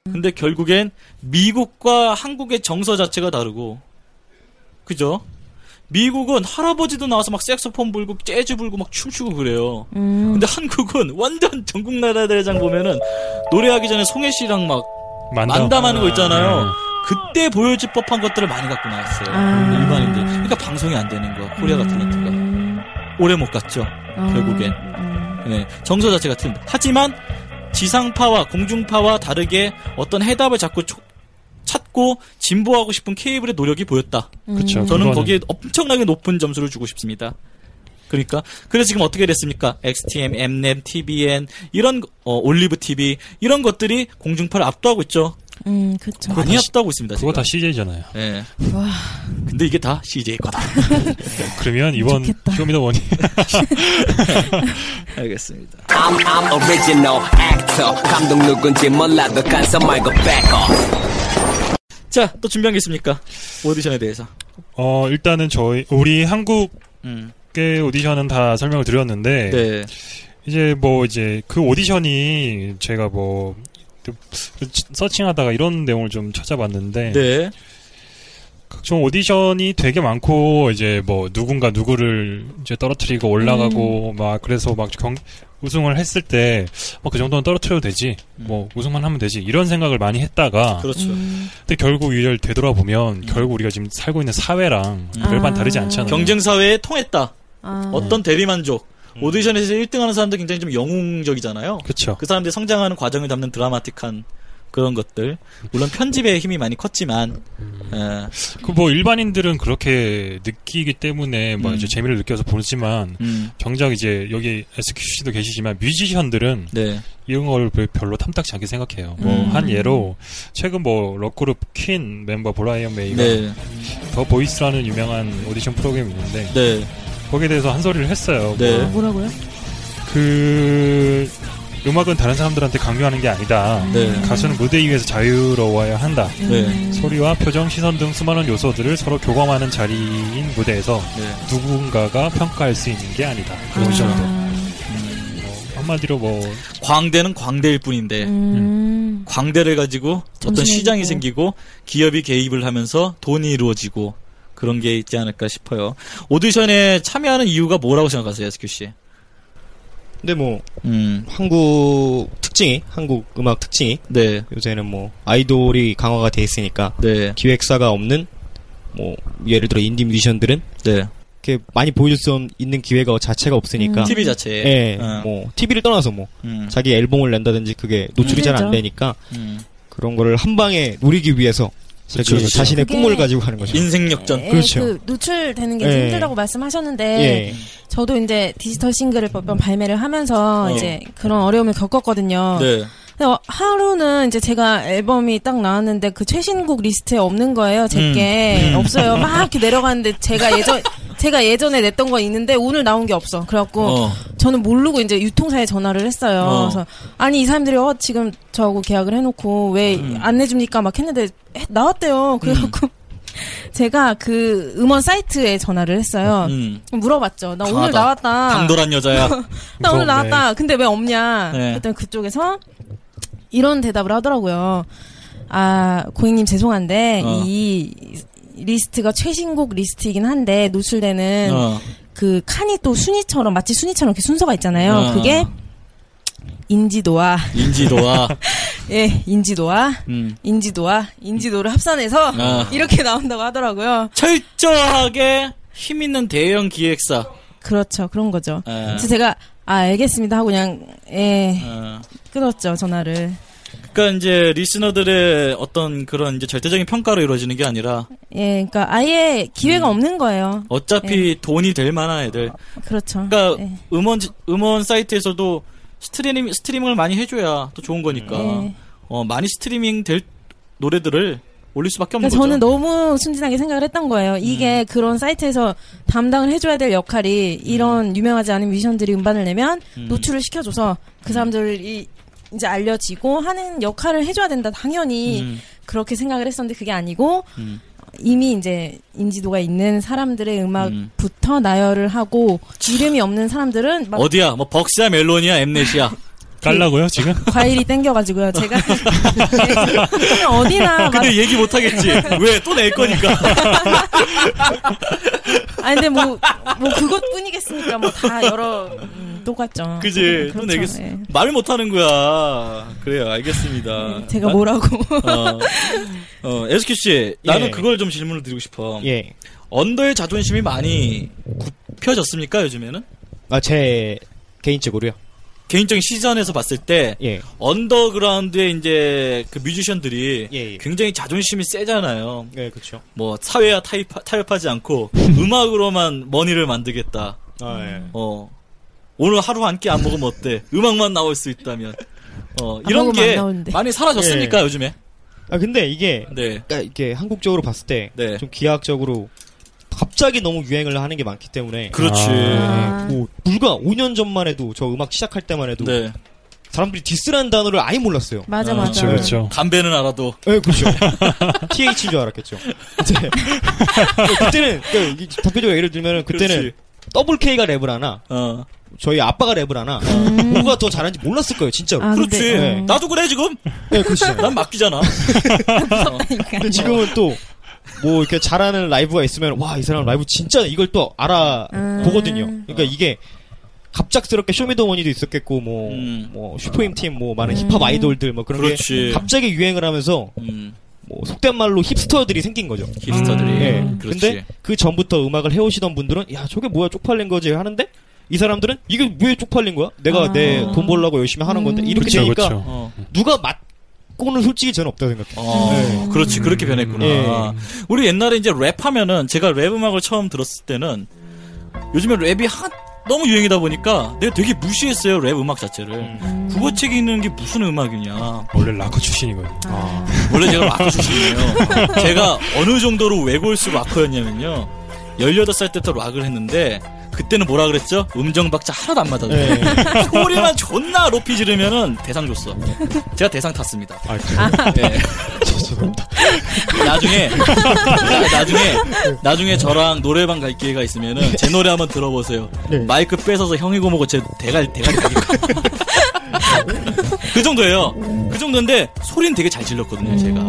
C: 근데 결국엔 미국과 한국의 정서 자체가 다르고 그죠? 미국은 할아버지도 나와서 막 색소폰 불고 재즈 불고 막 춤추고 그래요. 근데 한국은 *laughs* 완전 전국 나라 대장 보면은 노래하기 전에 송혜 씨랑 막
E: 만담.
C: 만담하는 거
E: 네.
C: 있잖아요. 그때 보여줄 법한 것들을 많이 갖고 나왔어요. 일반인들. 그러니까 방송이 안 되는 거야. 코리아 같은 데가 오래 못 갔죠. 아. 결국엔. 예, 정서 자체가 틀린다. 하지만 지상파와 공중파와 다르게 어떤 해답을 자꾸 초- 찾고 진보하고 싶은 케이블의 노력이 보였다.
G: 음,
E: 그쵸,
C: 저는
E: 그거는.
C: 거기에 엄청나게 높은 점수를 주고 싶습니다. 그러니까 그래서 지금 어떻게 됐습니까? XTM, Mnet, TBN 이런 어, 올리브 TV 이런 것들이 공중파를 압도하고 있죠.
F: 음, 그쵸.
C: 많이 압도하고 아, 있습니다.
E: 그거 다
C: CJ잖아요. 예.
F: 와.
C: 근데 이게 다 CJ 거다.
E: 그러면 이번
F: *laughs*
E: 쇼미더머니
C: 알겠습니다.
J: I'm, I'm original actor. 감독 누군지 몰라도 간섭 말고 back off.
C: 자, 또 준비한 게 있습니까? 오디션에 대해서.
E: 어 일단은 저희 우리 한국의 오디션은 다 설명을
C: 음.
E: 드렸는데
C: 네.
E: 이제 뭐 이제 그 오디션이 제가 뭐 서칭하다가 이런 내용을 좀 찾아봤는데
C: 네.
E: 각종 오디션이 되게 많고 이제 뭐 누군가 누구를 이제 떨어뜨리고 올라가고
C: 음.
E: 막 그래서 막 경- 우승을 했을 때 뭐 그 정도는 떨어뜨려도 되지 뭐 우승만 하면 되지 이런 생각을 많이 했다가
C: 음. 그렇죠.
G: 음.
C: 음.
E: 근데 결국 이를 되돌아보면 결국 우리가 지금 살고 있는 사회랑 별반 다르지 않잖아요.
C: 경쟁 사회에 통했다.
E: 음.
F: 아.
C: 어떤 대리만족. 오디션에서 1등하는 사람도 굉장히 좀 영웅적이잖아요.
E: 그쵸.
C: 그 사람들이 성장하는 과정을 담는 드라마틱한 그런 것들. 물론 편집의 힘이 많이 컸지만. 예,
E: 그 뭐 일반인들은 그렇게 느끼기 때문에 막
C: 음.
E: 이제 재미를 느껴서 보지만
C: 음.
E: 정작 이제 여기 SQC도 계시지만 뮤지션들은
C: 네,
E: 이런 걸 별- 별로 탐탁지 않게 생각해요. 뭐
C: 음.
E: 한 예로 최근 뭐 럭그룹 퀸 멤버 브라이언 메이가
C: 네.
E: 더 보이스라는 유명한 오디션 프로그램이 있는데 거기에 대해서 한 소리를 했어요.
C: 네.
E: 뭐
F: 뭐라고요?
E: 그 음악은 다른 사람들한테 강요하는 게 아니다.
C: 네.
E: 가수는 무대 위에서 자유로워야 한다.
F: 음.
C: 네.
E: 소리와 표정, 시선 등 수많은 요소들을 서로 교감하는 자리인 무대에서
C: 네.
E: 누군가가 평가할 수 있는 게 아니다.
F: 음.
E: 그런 정도. 뭐 한마디로 뭐
C: 광대는 광대일 뿐인데
F: 음.
C: 음. 광대를 가지고 어떤
E: 음. 정신을
C: 시장이
E: 잃고.
C: 생기고 기업이 개입을 하면서 돈이 이루어지고 그런 게 있지 않을까 싶어요. 오디션에 참여하는 이유가 뭐라고 생각하세요, SQ 씨?
D: 근데 뭐
C: 음.
D: 한국 특징이 한국 음악 특징이
C: 네,
D: 요새는 뭐 아이돌이 강화가 돼 있으니까 기획사가 없는 뭐 예를 들어 인디 뮤지션들은
C: 네.
D: 이렇게 많이 보여줄 수 있는 기회가 자체가 없으니까
C: 음. TV 자체에.
D: 예,
C: 어.
D: 뭐 TV를 떠나서 뭐
C: 음.
D: 아. 자기 앨범을 낸다든지 그게 노출이 잘 안
C: 힘들죠.
D: 되니까
C: 음.
D: 그런 거를 한 방에 누리기 위해서
C: 그렇죠, 그렇죠.
D: 자신의
C: 그게
D: 꿈을 가지고 가는 거죠.
C: 인생 역전.
F: 예, 그 노출되는 게
D: 예.
F: 힘들다고 말씀하셨는데
D: 예.
F: 저도 이제 디지털 싱글을 몇 번 발매를 하면서
C: 어.
F: 이제 그런 어려움을 겪었거든요.
C: 네.
F: 근데 어, 하루는 이제 제가 앨범이 딱 나왔는데 그 최신곡 리스트에 없는 거예요. 제게
C: 음. 음.
F: 없어요. 막 이렇게 내려가는데 제가 예전 *laughs* 제가 예전에 냈던 건 있는데 오늘 나온 게 없어. 그래갖고
C: 어.
F: 저는 모르고 이제 유통사에 전화를 했어요.
C: 어.
F: 그래서 아니 이 사람들이 어 지금 저하고 계약을 해놓고 왜 안
C: 음.
F: 내줍니까 막 했는데 에, 나왔대요. 그래갖고 *laughs* 제가 그 음원 사이트에 전화를 했어요. 아.
C: 음.
F: 물어봤죠. 나 오늘
C: 강하다.
F: 나왔다.
C: 당돌한 여자야.
F: 나
C: 무서운데.
F: 오늘 나왔다. 근데 왜 없냐?
C: 네.
F: 그랬더니 그쪽에서 이런 대답을 하더라고요. 아, 고객님 죄송한데
C: 어.
F: 이 리스트가 최신곡 리스트이긴 한데 노출되는
C: 어.
F: 그 칸이 또 순위처럼 마치 순위처럼 이렇게 순서가 있잖아요.
C: 어.
F: 그게 인지도와
C: 인지도와
F: 예, 인지도와
C: 음.
F: 인지도와 인지도를 합산해서
C: 아.
F: 이렇게 나온다고 하더라고요.
C: 철저하게 힘 있는 대형 기획사.
F: 그렇죠. 그런 거죠.
C: 예.
F: 그래서 제가 아, 알겠습니다 하고 그냥 예.
C: 어.
F: 끊었죠, 전화를.
C: 그러니까 이제 리스너들의 어떤 그런 이제 절대적인 평가로 이루어지는 게 아니라
F: 예, 그러니까 아예 기회가
C: 음.
F: 없는 거예요.
C: 어차피
F: 네.
C: 돈이 될 만한 애들.
F: 그렇죠.
C: 그러니까 음원 지- 음원 사이트에서도 스트리밍 스트리밍을 많이 해줘야 또 좋은 거니까
F: 네.
C: 어, 많이 스트리밍 될 노래들을 올릴 수밖에 없는 거죠.
F: 그러니까
C: 음.
F: 저는 너무 순진하게 생각을 했던 거예요. 이게 그런 사이트에서 담당을 해줘야 될 역할이 이런 유명하지 않은 뮤지션들이 음반을 내면
C: 음.
F: 노출을 시켜줘서 그 사람들이 이제 알려지고 하는 역할을 해줘야 된다. 당연히
C: 음.
F: 그렇게 생각을 했었는데 그게 아니고
C: 음.
F: 이미 이제 인지도가 있는 사람들의 음악부터 나열을 하고 이름이 없는 사람들은 막 *laughs*
C: 어디야? 뭐 벅스야, 멜론이야, 엠넷이야.
E: 깔라고요 지금?
F: 과일이 땡겨가지고요. 제가 그냥 어디나 막-
C: 근데 얘기 못 하겠지. 왜 또 낼 거니까.
F: 아 근데 뭐 뭐 그것뿐이겠습니까? 뭐 다 여러 음, 똑같죠.
C: 그지. 또
F: 그렇죠,
C: 내겠.
F: 예.
C: 말을 못 하는 거야. 그래요. 알겠습니다.
F: 음, 제가
C: 나-
F: 뭐라고?
C: 어, 어, 에스큐 씨, 나는
F: 예.
C: 그걸 좀 질문을 드리고 싶어.
D: 예.
C: 언더의 자존심이 많이 굽혀졌습니까 요즘에는?
D: 아, 제 개인적으로요.
C: 개인적인 시선에서 봤을 때
D: 예.
C: 언더그라운드의 이제 그 뮤지션들이 굉장히 자존심이 세잖아요.
D: 예, 그렇죠.
C: 뭐 사회와 타협, 타협하지 않고 음악으로만 머니를 만들겠다.
D: 아, 예.
C: 어 오늘 하루 한 끼 안 먹으면 어때? 음악만 나올 수 있다면 어 이런
D: 먹으면 안
C: 게
D: 나오는데.
C: 많이 사라졌습니까
D: 예.
C: 요즘에? 네.
D: 아 근데 이게 그러니까 이게 한국적으로 봤을 때 좀 기하학적으로 갑자기 너무 유행을 하는 게 많기 때문에
C: 그렇지.
F: 네.
C: 아.
D: 예, 뭐 불과 5년 전만 해도 저 음악 시작할 때만 해도
C: 네.
D: 사람들이 디스라는 단어를 아예 몰랐어요.
F: 맞아, 맞아. 그렇죠,
C: 그렇죠. 담배는 알아도. *laughs*
D: 예, 그렇죠. TH인 줄 알았겠죠. 이제 그때는 그러니까 이 대표적으로 예를 들면 그때는 더블 K가 랩을 하나
C: 어.
D: 저희 아빠가 랩을 하나
C: 음.
F: 음,
D: 누가 더 잘하는지 몰랐을 거예요, 진짜로.
F: 아,
C: 그렇지.
D: 예.
C: 나도 그래 지금.
D: 네, 그렇죠.
C: 아. 난 맡기잖아.
D: 근데 지금은 또 뭐 이렇게 잘하는 라이브가 있으면 와 이 사람 라이브 진짜 이걸 또 알아
C: 음.
D: 보거든요. 그러니까 이게 갑작스럽게 쇼미더머니도 있었겠고 뭐 뭐 슈퍼임 팀뭐 많은
C: 음.
D: 힙합 아이돌들 뭐 *laughs* 그런
C: 그렇지. 음,
D: 게 갑자기 유행을 하면서 뭐 속된 말로 힙스터들이 생긴 거죠.
C: 힙스터들이.
D: 예.
C: 음, 그렇지.
D: 근데 그 전부터 음악을 해오시던 분들은 야 저게 뭐야 쪽팔린 거지 하는데 이 사람들은 이게 왜 쪽팔린 거야? 내가
C: 아. 음.
D: 내 돈 벌려고 열심히 하는 건데 이렇게
C: 그쵸,
D: 되니까
C: 그쵸. 어.
D: 누가 맞고는 솔직히 저는 없다 고 생각해요.
C: 어, 그렇지 그렇게 변했구나. 우리 옛날에 이제 랩하면은 제가 랩 음악을 처음 들었을 때는 요즘에 랩이 하, 너무 유행이다 보니까 내가 되게 무시했어요 랩 음악 자체를. 국어책에 있는 게 무슨 음악이냐.
E: 원래 락커 출신이거든요.
C: 원래 제가 락커 출신이에요. *laughs* 제가 어느 정도로 외골수 락커였냐면요. 18살 때부터 락을 했는데 그때는 뭐라 그랬죠? 음정 박자 하나도 안 맞아도 *laughs* 소리만 존나 높이 지르면은 대상 줬어. 제가 대상 탔습니다.
E: 아,
C: 네. 나중에 나중에 나중에 저랑 노래방 갈 기회가 있으면은 제 노래 한번 들어보세요. 마이크 뺏어서 형이 고모고 제 대갈 대갈 그 정도예요. 그 정도인데 소리는 되게 잘 질렀거든요. 제가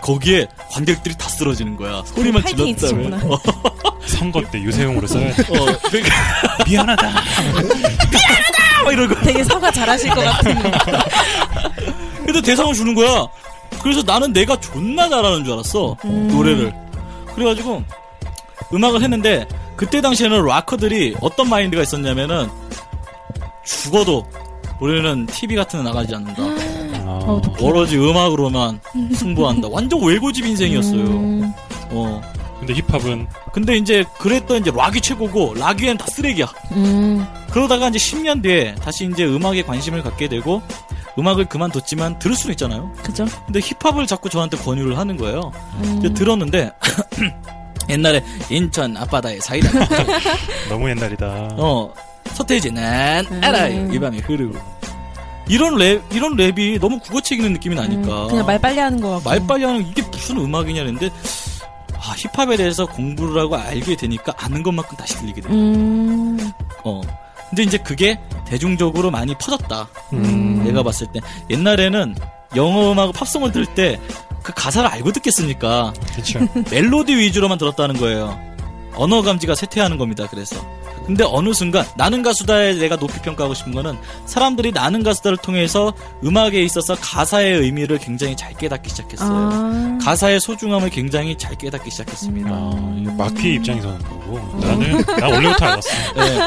C: 거기에 관객들이 다 쓰러지는 거야. 소리만
E: 파이팅이
C: 질렀다면
E: 있으시구나.
C: 어,
E: 선거 때 유세용으로 써야 돼.
C: 어, 그러니까
E: 미안하다.
C: 막 이러고
F: 되게 사과 잘하실 것 같은.
C: 음, 근데 대상을 주는 거야. 그래서 나는 내가 존나 잘하는 줄 알았어. 노래를. 그래가지고 음악을 했는데 그때 당시에는 락커들이 어떤 마인드가 있었냐면은 죽어도 우리는 TV 같은 데 나가지 않는다. 오로지 음악으로만 승부한다. 완전 외고집 인생이었어요.
F: 음.
C: 어.
E: 아, 근데 힙합은
C: 근데 이제 그랬던 이제 락이 최고고 락 위엔 다 쓰레기야.
F: 음,
C: 그러다가 이제 10년 뒤에 다시 이제 음악에 관심을 갖게 되고 음악을 그만뒀지만 들을 수는 있잖아요.
F: 그죠?
C: 근데 힙합을 자꾸 저한테 권유를 하는 거예요.
F: 음.
C: 이제 들었는데 음. *coughs* 옛날에 인천 앞바다의 사이다. *laughs*
E: 너무 옛날이다.
C: 어 서태지 난
F: 음.
C: 알아요 이 밤이 흐르고 이런 랩 이런 랩이 너무 국어책이는 느낌이 나니까
F: 음, 그냥 말 빨리 하는 거 같고.
C: 말 빨리 하는 이게 무슨 음악이냐는데 아, 힙합에 대해서 공부를 하고 알게 되니까 아는 것만큼 다시 들리게 돼.
F: 음.
C: 어. 근데 이제 그게 대중적으로 많이 퍼졌다. 내가 봤을 때 옛날에는 영어 음악 팝송을 들을 때 그 가사를 알고 듣겠습니까?
D: *laughs*
E: 그렇죠.
C: 멜로디 위주로만 들었다는 거예요. 언어 감지가 쇠퇴하는 겁니다. 그래서. 근데 어느 순간 나는 가수다에 내가 높이 평가하고 싶은 거는 사람들이 나는 가수다를 통해서 음악에 있어서 가사의 의미를 굉장히 잘 깨닫기 시작했어요.
E: 아.
C: 가사의 소중함을 굉장히 잘 깨닫기 시작했습니다.
E: 마키의 입장에서는 거고 나는 나 원래부터 알았어.
C: 네.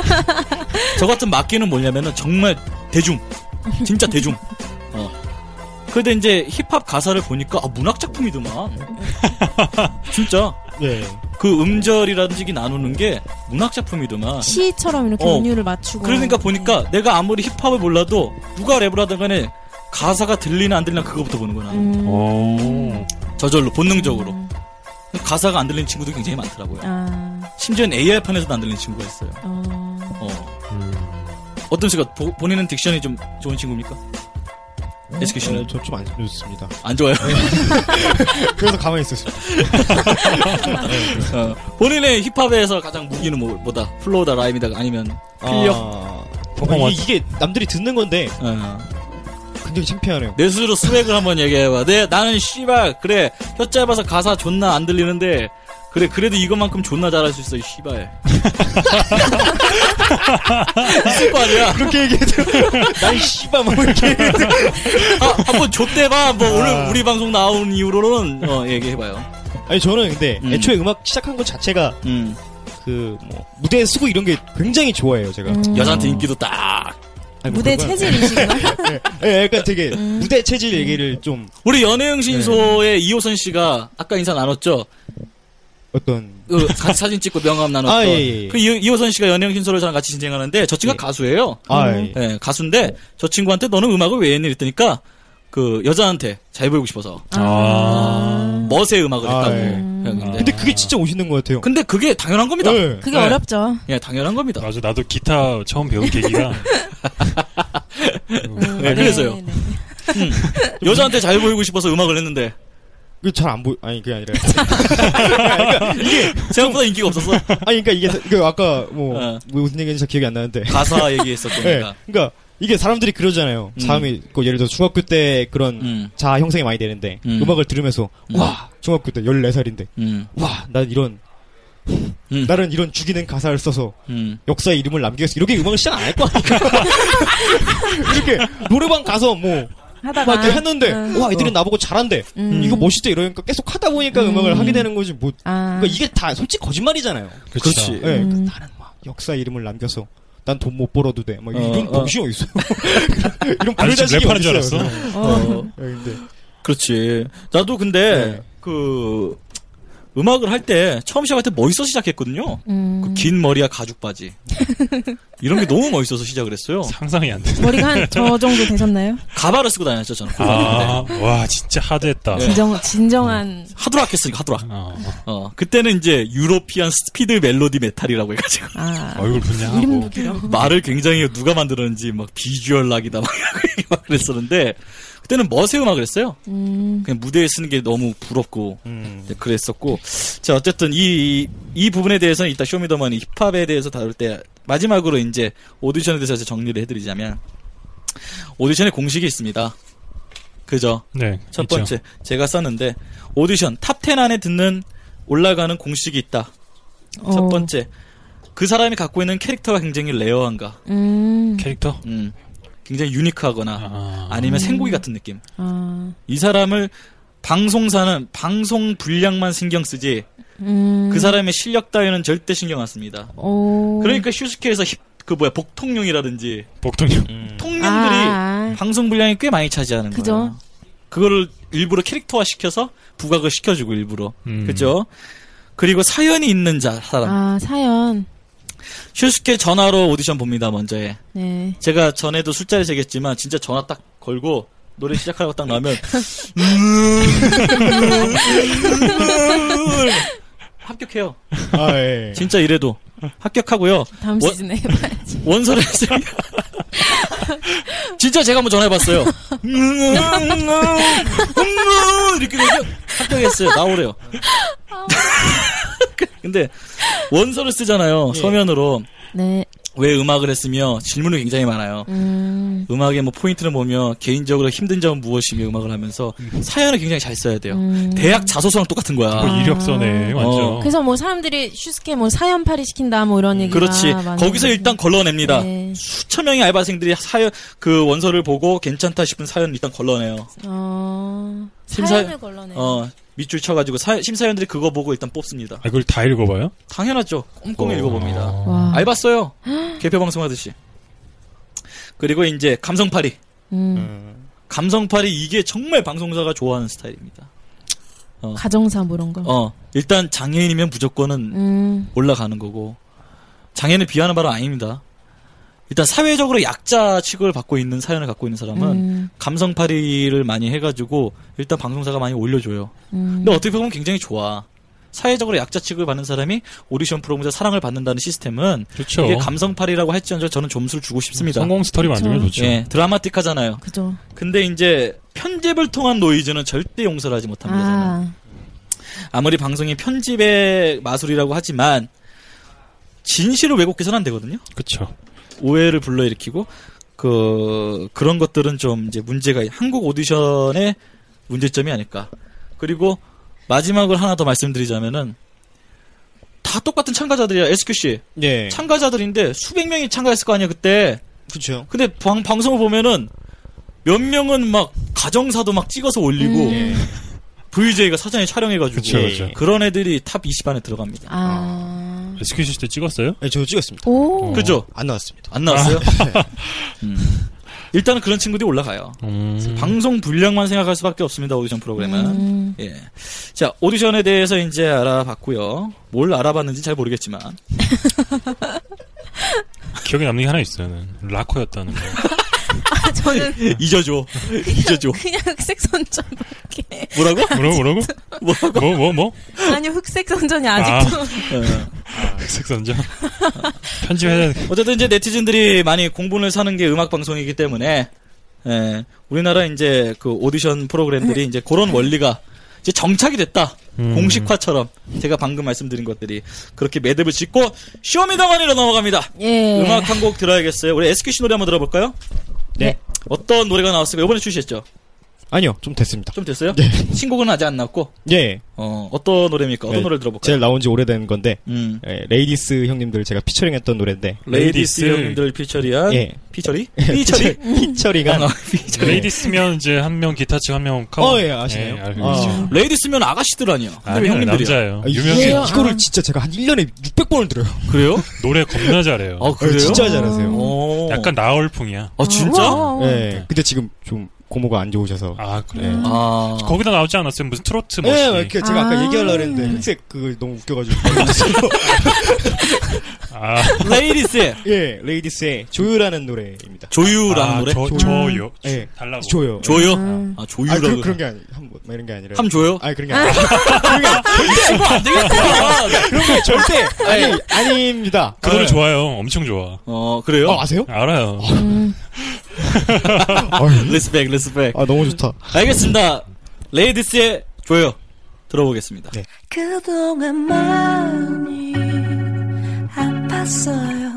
C: 저 같은 막기는 뭐냐면은 정말 대중, 진짜 대중. 어. 근데 이제 힙합 가사를 보니까 아, 문학 작품이더만. *laughs* 진짜.
D: 네.
C: 그 음절이라든지 이게 나누는 게 문학 작품이더만.
F: 시처럼 이렇게
C: 어.
F: 은유를 맞추고.
C: 그러니까 보니까 내가 아무리 힙합을 몰라도 누가 랩을 하든 간에 가사가 들리나 안 들리나 그거부터 보는 거야.
F: 음.
C: 나는.
F: 어.
E: 어.
C: 저절로 본능적으로. 가사가 안 들리는 친구도 굉장히 많더라고요.
F: 아.
C: 심지어는 AI판에서도 안 들리는 친구가 있어요. 어.
D: 음.
C: 어떤 씨가 보- 본인은 딕션이 좀 좋은 친구입니까?
D: 음?
C: 에스큐 씨는?
D: 저좀안 좋습니다.
C: 안 좋아요?
D: 그래서 가만히 있었습니다. 네.
C: *laughs* 어, 본인의 힙합에서 가장 무기는 뭐, 뭐다? 플로우다, 라임이다, 아니면 클리어?
D: 아,
C: 퍼포먼스.
D: 이게, 이게 남들이 듣는 건데 굉장히 창피하네요.
C: 어. 내 스스로 스웩을 한번 얘기해봐. 내 나는 씨발 그래 혀 짧아서 가사 존나 안 들리는데 그래 그래도 이것만큼 존나 잘할 수 있어 이 씨발. *laughs* 있을 거 아니야.
D: 그렇게 얘기해도
C: 난 씨발 뭐 이렇게. 아 한번 좆대봐. 뭐
D: 아.
C: 오늘 우리 방송 나온 이후로는 어 얘기해봐요.
D: *laughs* 아니 저는 근데 애초에 음악 시작한 것 자체가
C: 음.
D: 그 뭐 무대에 쓰고 이런 게 굉장히 좋아해요 제가 뭐
C: 음. 여자한테 인기도 딱
F: 무대 체질이시구나. 음.
D: 예, 약간 되게 무대 체질 얘기를 좀
C: 우리
D: 네.
C: 연애응신소의 이호선 씨가 아까 인사 나눴죠.
D: 어떤 *laughs*
C: 그 같이 사진 찍고 명함 나눴던
D: 아, 예, 예, 예.
C: 그 이, 이호선 씨가 연예신소를 저랑 같이 진행하는데 저 친구가 가수예요.
D: 아,
F: 음.
D: 예.
C: 예, 가수인데 저 친구한테 너는 음악을 왜 했니 이랬더니까 그 여자한테 잘 보이고 싶어서
E: 아,
C: 멋의 음악을
D: 아,
C: 했다고.
D: 예.
C: 근데,
D: 근데 예. 그게 진짜 오시는 것 같아요.
C: 근데 그게 당연한 겁니다.
F: 그러니까. 그게 어렵죠.
C: 예, 당연한 겁니다.
E: 맞아, 나도 기타 처음 배운 계기가.
C: 네, 그래서요. 음, 여자한테 잘 보이고 싶어서 음악을 했는데
D: 그잘안 보, 아니 그게 아니라. 그러니까 이게
C: 생각보다 인기가 없었어.
D: 아니 그러니까 이게 사- 그 아까 뭐, 뭐 무슨 얘기인지 잘 기억이 안 나는데.
C: 가사 얘기했었던
D: 예,
C: 거니까.
D: 그러니까 이게 사람들이 그러잖아요.
C: 음.
D: 사람이 그 예를 들어 중학교 때 그런 자아 형성이 많이 되는데
C: 음.
D: 음. 악을 들으면서 와 중학교 때 14살인데
C: 음.
D: 와 난 이런 나는 이런 죽이는 가사를 써서
C: 음.
D: 역사에 이름을 남기겠어 이렇게 음악을 시작 안 할 거 아니야 *laughs* 이렇게 노래방 가서 뭐
F: 하다가.
D: 막 이렇게 했는데
F: 음.
D: 와 애들이 나보고 잘한대
F: 아. 음.
D: 이거 뭐- 멋있대 이러니까 계속 하다 보니까 음. 악을 하게 되는 거지 뭐
F: 아,
D: 그러니까 이게 다 솔직히 거짓말이잖아요
C: 그렇지.
E: 그렇죠.
D: 예, 그
F: 음,
D: 나는 막 역사 이름을 남겨서 난 돈 못 벌어도 돼. 막
C: 어,
D: 이런
C: 어.
D: 복싱이 어딨어. *laughs* 이런
C: 아니,
D: 불자식이
C: 지금 랩하는 줄
D: 어딨어요.
C: 알았어.
D: 어.
C: 어.
D: 예, 근데
C: 그렇지. 나도 근데 그 음악을 할 때 처음 시작할 때 멋있어 시작했거든요.
F: 음.
C: 그 긴 머리와 가죽 바지 이런 게 너무 멋있어서 시작을 했어요.
E: 상상이 안 돼.
F: 머리가 한 저 정도 되셨나요?
C: 가발을 쓰고 다녔죠 저는.
E: 아, 와, 진짜 하드했다.
F: 진정 진정한
C: 하드락 했으니까 하드락. 어. 그때는 이제 유로피안 스피드 멜로디 메탈이라고 해가지고
F: 아.
E: 얼굴 분양하고.
F: 이름도 길어.
C: 말을 굉장히 누가 만들었는지 막 비주얼 락이다 막 이런 거 얘기 막 그랬었는데 그때는 멋의 음악을 했어요.
F: 음.
C: 그냥 무대에 쓰는 게 너무 부럽고
E: 음.
C: 네, 그랬었고 자 어쨌든 이 이 부분에 대해서는 이따 쇼미더머니 힙합에 대해서 다룰 때 마지막으로 이제 오디션에 대해서 이제 정리를 해드리자면 오디션의 공식이 있습니다. 그죠?
E: 네,
C: 첫
E: 있죠.
C: 번째 제가 썼는데 오디션 탑 10 안에 듣는 올라가는 공식이 있다. 첫
F: 어.
C: 번째 그 사람이 갖고 있는 캐릭터가 굉장히 레어한가
F: 음.
E: 캐릭터
C: 음, 굉장히 유니크하거나 아... 니면 생고기 같은 느낌.
F: 아.
C: 이 사람을 방송사는 방송 분량만 신경 쓰지
F: 음.
C: 그 사람의 실력 따위는 절대 신경 안 씁니다.
F: 오.
C: 그러니까 슈스케에서 힙, 그 뭐야 복통용이라든지
E: 복통용
C: 통용들이
F: 아, 아.
C: 방송 분량이 꽤 많이 차지하는
F: 그죠.
C: 거예요. 그거를 일부러 캐릭터화 시켜서 부각을 시켜주고 일부러
E: 음.
C: 그죠. 그리고 사연이 있는 자 사람
F: 아 사연.
C: 슈스케 전화로 오디션 봅니다 먼저에
F: 네.
C: 제가 전에도 술자리 재겠지만 진짜 전화 딱 걸고 노래 시작하라고 딱 나오면 합격해요.
D: 아, 예.
C: 진짜 이래도 합격하고요.
F: 다음
C: 원-
F: 시즌에 해봐야지.
C: 원서를 쓰면 *laughs* 진짜 제가 한번 전화해봤어요. 이렇게 되면 합격했어요. 나오래요. 근데 원서를 쓰잖아요. 서면으로
F: 네.
C: 왜 음악을 했으며 질문이 굉장히 많아요.
F: 음.
C: 음악의 뭐 포인트를 보며 개인적으로 힘든 점은 무엇이며 음악을 하면서 사연을 굉장히 잘 써야 돼요.
F: 음. 아,
C: 대학 어. 자소서랑 똑같은 거야.
E: 뭐 이력서네, 완전.
F: 그래서 뭐 사람들이 슈스케 뭐 사연팔이 시킨다 뭐 이런 얘기가
C: 그렇지.
F: 많은
C: 거기서
F: 거지.
C: 일단 걸러냅니다.
F: 네.
C: 수천 명의 알바생들이 사연 그 원서를 보고 괜찮다 싶은 사연 일단 걸러내요.
F: 어.
C: 심사-
F: 사연을 걸러내.
C: 어, 밑줄 쳐가지고 사- 심사위원들이 그거 보고 일단 뽑습니다.
E: 아, 그걸 다 읽어봐요?
C: 당연하죠. 꼼꼼히
E: 어.
C: 읽어봅니다.
E: 와.
C: 알바 써요. 개표 방송 하듯이. 그리고 이제 감성팔이.
F: 음.
C: 감성팔이 이게 정말 방송사가 좋아하는 스타일입니다. 어.
F: 가정사 뭐 이런 거.
C: 어, 일단 장애인이면 무조건은
F: 음.
C: 올라가는 거고 장애인을 비하하는 바는 아닙니다. 일단 사회적으로 약자 취급을 받고 있는 사연을 갖고 있는 사람은
F: 음.
C: 감성팔이를 많이 해가지고 일단 방송사가 많이 올려줘요.
F: 음.
C: 근데 어떻게 보면 굉장히 좋아. 사회적으로 약자 취급을 받는 사람이 오디션 프로그램에서 사랑을 받는다는 시스템은
E: 그쵸.
C: 이게 감성팔이라고 할지언정 저는 점수를 주고 싶습니다.
E: 성공 그렇죠. 스토리 만들면 그쵸. 좋죠.
C: 예, 드라마틱하잖아요.
F: 그죠.
C: 근데 이제 편집을 통한 노이즈는 절대 용서를 하지 못합니다. 저는.
F: 아.
C: 아무리 방송이 편집의 마술이라고 하지만 진실을 왜곡해서는 안 되거든요.
E: 그렇죠.
C: 오해를 불러일으키고 그 그런 것들은 좀 이제 문제가 한국 오디션의 문제점이 아닐까. 그리고 마지막을 하나 더 말씀드리자면은 다 똑같은 참가자들이야 SQ 씨.
E: 네.
D: 예.
C: 참가자들인데 수백 명이 참가했을 거 아니야 그때.
D: 그렇죠.
C: 근데 방, 방송을 보면은 몇 명은 막 가정사도 막 찍어서 올리고 VJ가 사전에 촬영해가지고
E: 그쵸, 그쵸.
C: 런 애들이 탑 20 안에 들어갑니다.
K: 아.
E: SQC 때 찍었어요?
D: 네, 저 찍었습니다.
K: 오.
C: 그죠?
D: 안 나왔습니다.
C: 안 나왔어요?
E: 아.
C: 음. 일단은 그런 친구들이 올라가요. 음.
E: 음.
C: 방송 분량만 생각할 수밖에 없습니다. 오디션 프로그램은.
K: 음.
C: 예. 자 오디션에 대해서 이제 알아봤고요. 뭘 알아봤는지 잘 모르겠지만
E: 기억에 남는 게 하나 있어요. 저는. 라커였다는 거.
K: 아, 저는
C: *laughs* 잊어줘. *laughs* 잊어줘.
K: 그냥 흑색 선전밖에.
C: 뭐라고?
E: 뭐라고 뭐라고?
C: 뭐라고?
E: 뭐 뭐 뭐?
K: 아니 흑색 선전이 아직도.
E: *laughs* 흑색 선전. 편집해야
C: 어. 어쨌든 이제 네티즌들이 많이 공분을 사는 게 음악 방송이기 때문에 예, 우리나라 이제 그 오디션 프로그램들이 이제 그런 원리가 이제 정착이 됐다.
E: 음.
C: 공식화처럼 제가 방금 말씀드린 것들이 그렇게 매듭을 짓고 쇼미더머니로 넘어갑니다.
K: 예.
C: 음악 한 곡 들어야겠어요. 우리 SQC 노래 한번 들어볼까요?
D: 네.
C: 어떤 노래가 나왔을까? 이번에 출시했죠.
D: 아니요, 좀 됐습니다.
C: 좀 됐어요?
D: 네.
C: 신곡은 아직 안 나왔고
D: 예.
C: 어, 어떤 노래입니까? 어떤 노래를 들어볼까요?
D: 네. 제일 나온 지 오래된 건데,
C: 음.
D: 예, 레이디스 형님들 제가 피처링했던 노래인데.
C: 레이디스 형님들 피처리한
D: 예. *laughs*
C: 피처리?
D: 피처리?
C: 피처링
D: 피처링한.
C: 아,
E: 돼. 레이디스면 이제 한 명 기타 치고 한명 카고.
D: 네. 어, 예, 아시네요. 아.
C: 레이디스면 아가씨들 아니야.
E: 그렇죠. 아니, 남자예요. 유명해.
D: 이게,
C: 아.
D: 이거를 진짜 제가 한 1년에 600번을 들어요.
C: 그래요?
E: 노래 겁나 잘해요.
C: 아, 그래요?
D: 어,
C: 어.
D: 진짜 잘하세요.
E: 약간 나얼풍이야.
C: 아,
K: 어,
C: 진짜?
D: 예. 근데 지금 좀 고모가 안 좋으셔서.
E: 아, 그래.
C: 아.
E: 거기다 나오지 않았어요? 무슨 트로트
D: 예,
E: 머신.
D: 이렇게 제가 아. 까 얘기하려고
C: 네.
D: 했는데, 흑색 그거 너무 웃겨가지고.
C: *laughs*
E: 아.
C: 레이디스의.
D: 예, 레이디스의 조유라는 노래입니다.
C: 조유라는
E: 아,
C: 노래?
E: 조- 조요.
D: 예.
E: 달라고.
D: 조요.
C: 조요?
D: 음.
C: 아,
D: 아,
C: 조유라고.
D: 그, 그런 게 아니, 한, 뭐, 이런 게 아니라.
C: 함 줘요?
D: 아니, 그런 게 아니라. 그런 게 아니라.
C: 이거 안 되겠다.
D: 그런 게 절대, 아니, 아닙니다.
E: 그 노래 좋아요. 엄청 좋아.
C: 어, 그래요?
D: 어, 아세요?
E: 알아요.
C: 리스펙, 리스펙.
D: 아, 너무 좋다.
C: 알겠습니다. 레이디스의 조요. 들어보겠습니다.
F: 그동안 많이 아팠어요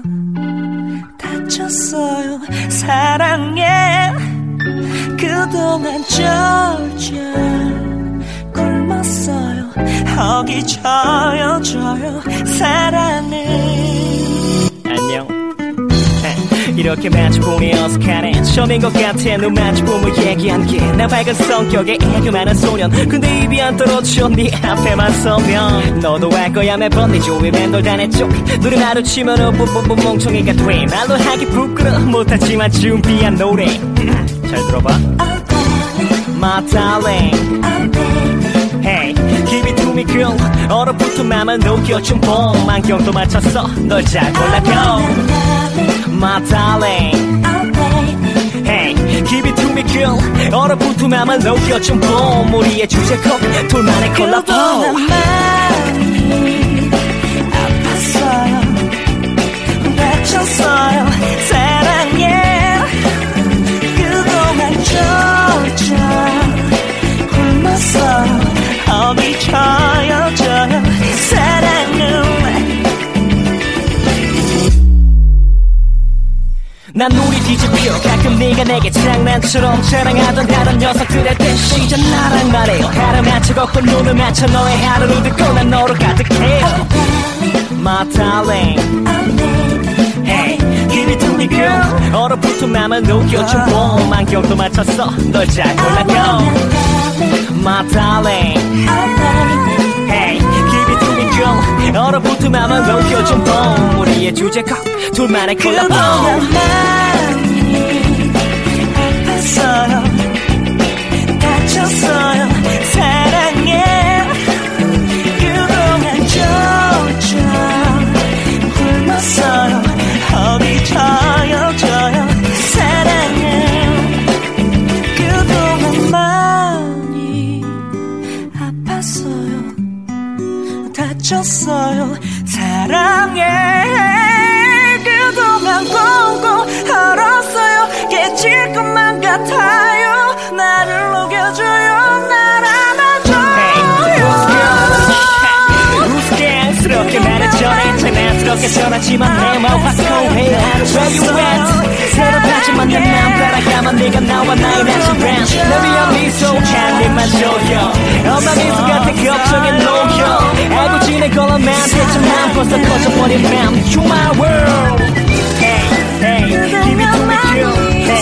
F: 다쳤어요 사랑해 그동안 절절 굶었어요 허기 져요 져요 사랑해
B: 안녕 이렇게 마주보니 어색하네 처음인 것 같아 눈 마주보며 얘기한 게 나 밝은 성격에 애교 많은 소년 근데 입이 안 떨어져 네 앞에만 서면 너도 알 거야 매번 네 주위 맴돌 다네 쪽 눈을 마주치면 어, 뿜뿜뿜 뭐, 멍청이가 돼 말로 하기 부끄러 못하지만 준비한 노래 *clears throat* 잘 들어봐 My darling Hey, give it to me girl 얼어붙은 맘을 녹여준 봄 안경도 맞췄어 널 잘 골라줘 My darling Hey, give it to me girl 얼어붙은 맘을 녹여준 봄 우리의 주제곡 둘만의 콜라보
F: 그동안 많이 아팠어요 다쳤어요 사랑해 그동안 졸졸 굶었어요 어디 쳐요 저요 사랑은
B: 난 우리 뒤집혀 가끔 네가 내게 장난처럼 자랑하던 다른 녀석들의 대시전 나랑 말해요 하루 맞춰 걷고 눈을 맞춰 너의 하루를 듣고 난 너로 가득해 My darling Hey, give it to me girl 얼어붙은 맘을 녹여줘 봄 안경도 맞췄어 널 잘 골라줘 My darling Hey, give it to me girl 얼어붙은 맘을 녹여줘 봄 우리의 주제곡 둘만의 콜라보
F: 그동안 많이 아팠어요 다쳤어요 사랑해 그동안 졸졸 굶었어요 어디 저요 저요 사랑해 그동안 많이 아팠어요 다쳤어요 사랑해 그동안 꽁꽁 얼었어요 깨질 것만 같아요 나를 녹여줘요 나 하지만 내 마음 확고해 Where you at? 새롭 하지만 내 마음 따라가면 네가 나와 나의 낮은 랜 너를 여기 소찬님만 줘요 엄마 미소 같은 걱정에 녹여 알고 지낼 거란 맘 대충만 벌써 커져버린 맘 You my world Hey, hey, give it to me girl Hey,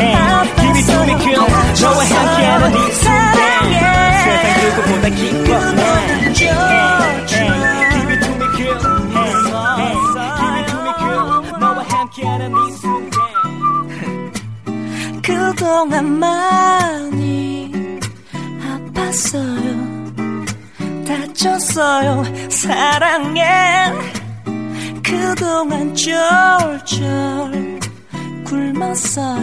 F: hey, give it to me girl 저와 함께하는 이 순간 세상 누구보다 기뻐 난 Hey, hey, give it to me girl Hey, hey, give it to me girl 너와 함께하는 이 순간
L: 그동안 많이 아팠어요 다쳤어요 사랑해 그동안 쫄쫄 굶었어요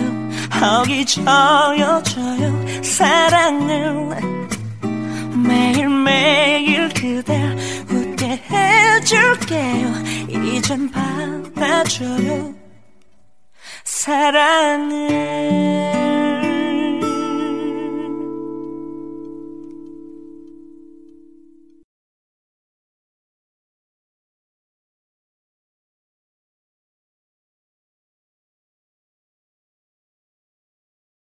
L: 허기 져요 져요 사랑을 매일매일 그댈 웃게 해줄게요 이젠 받아줘요 사랑을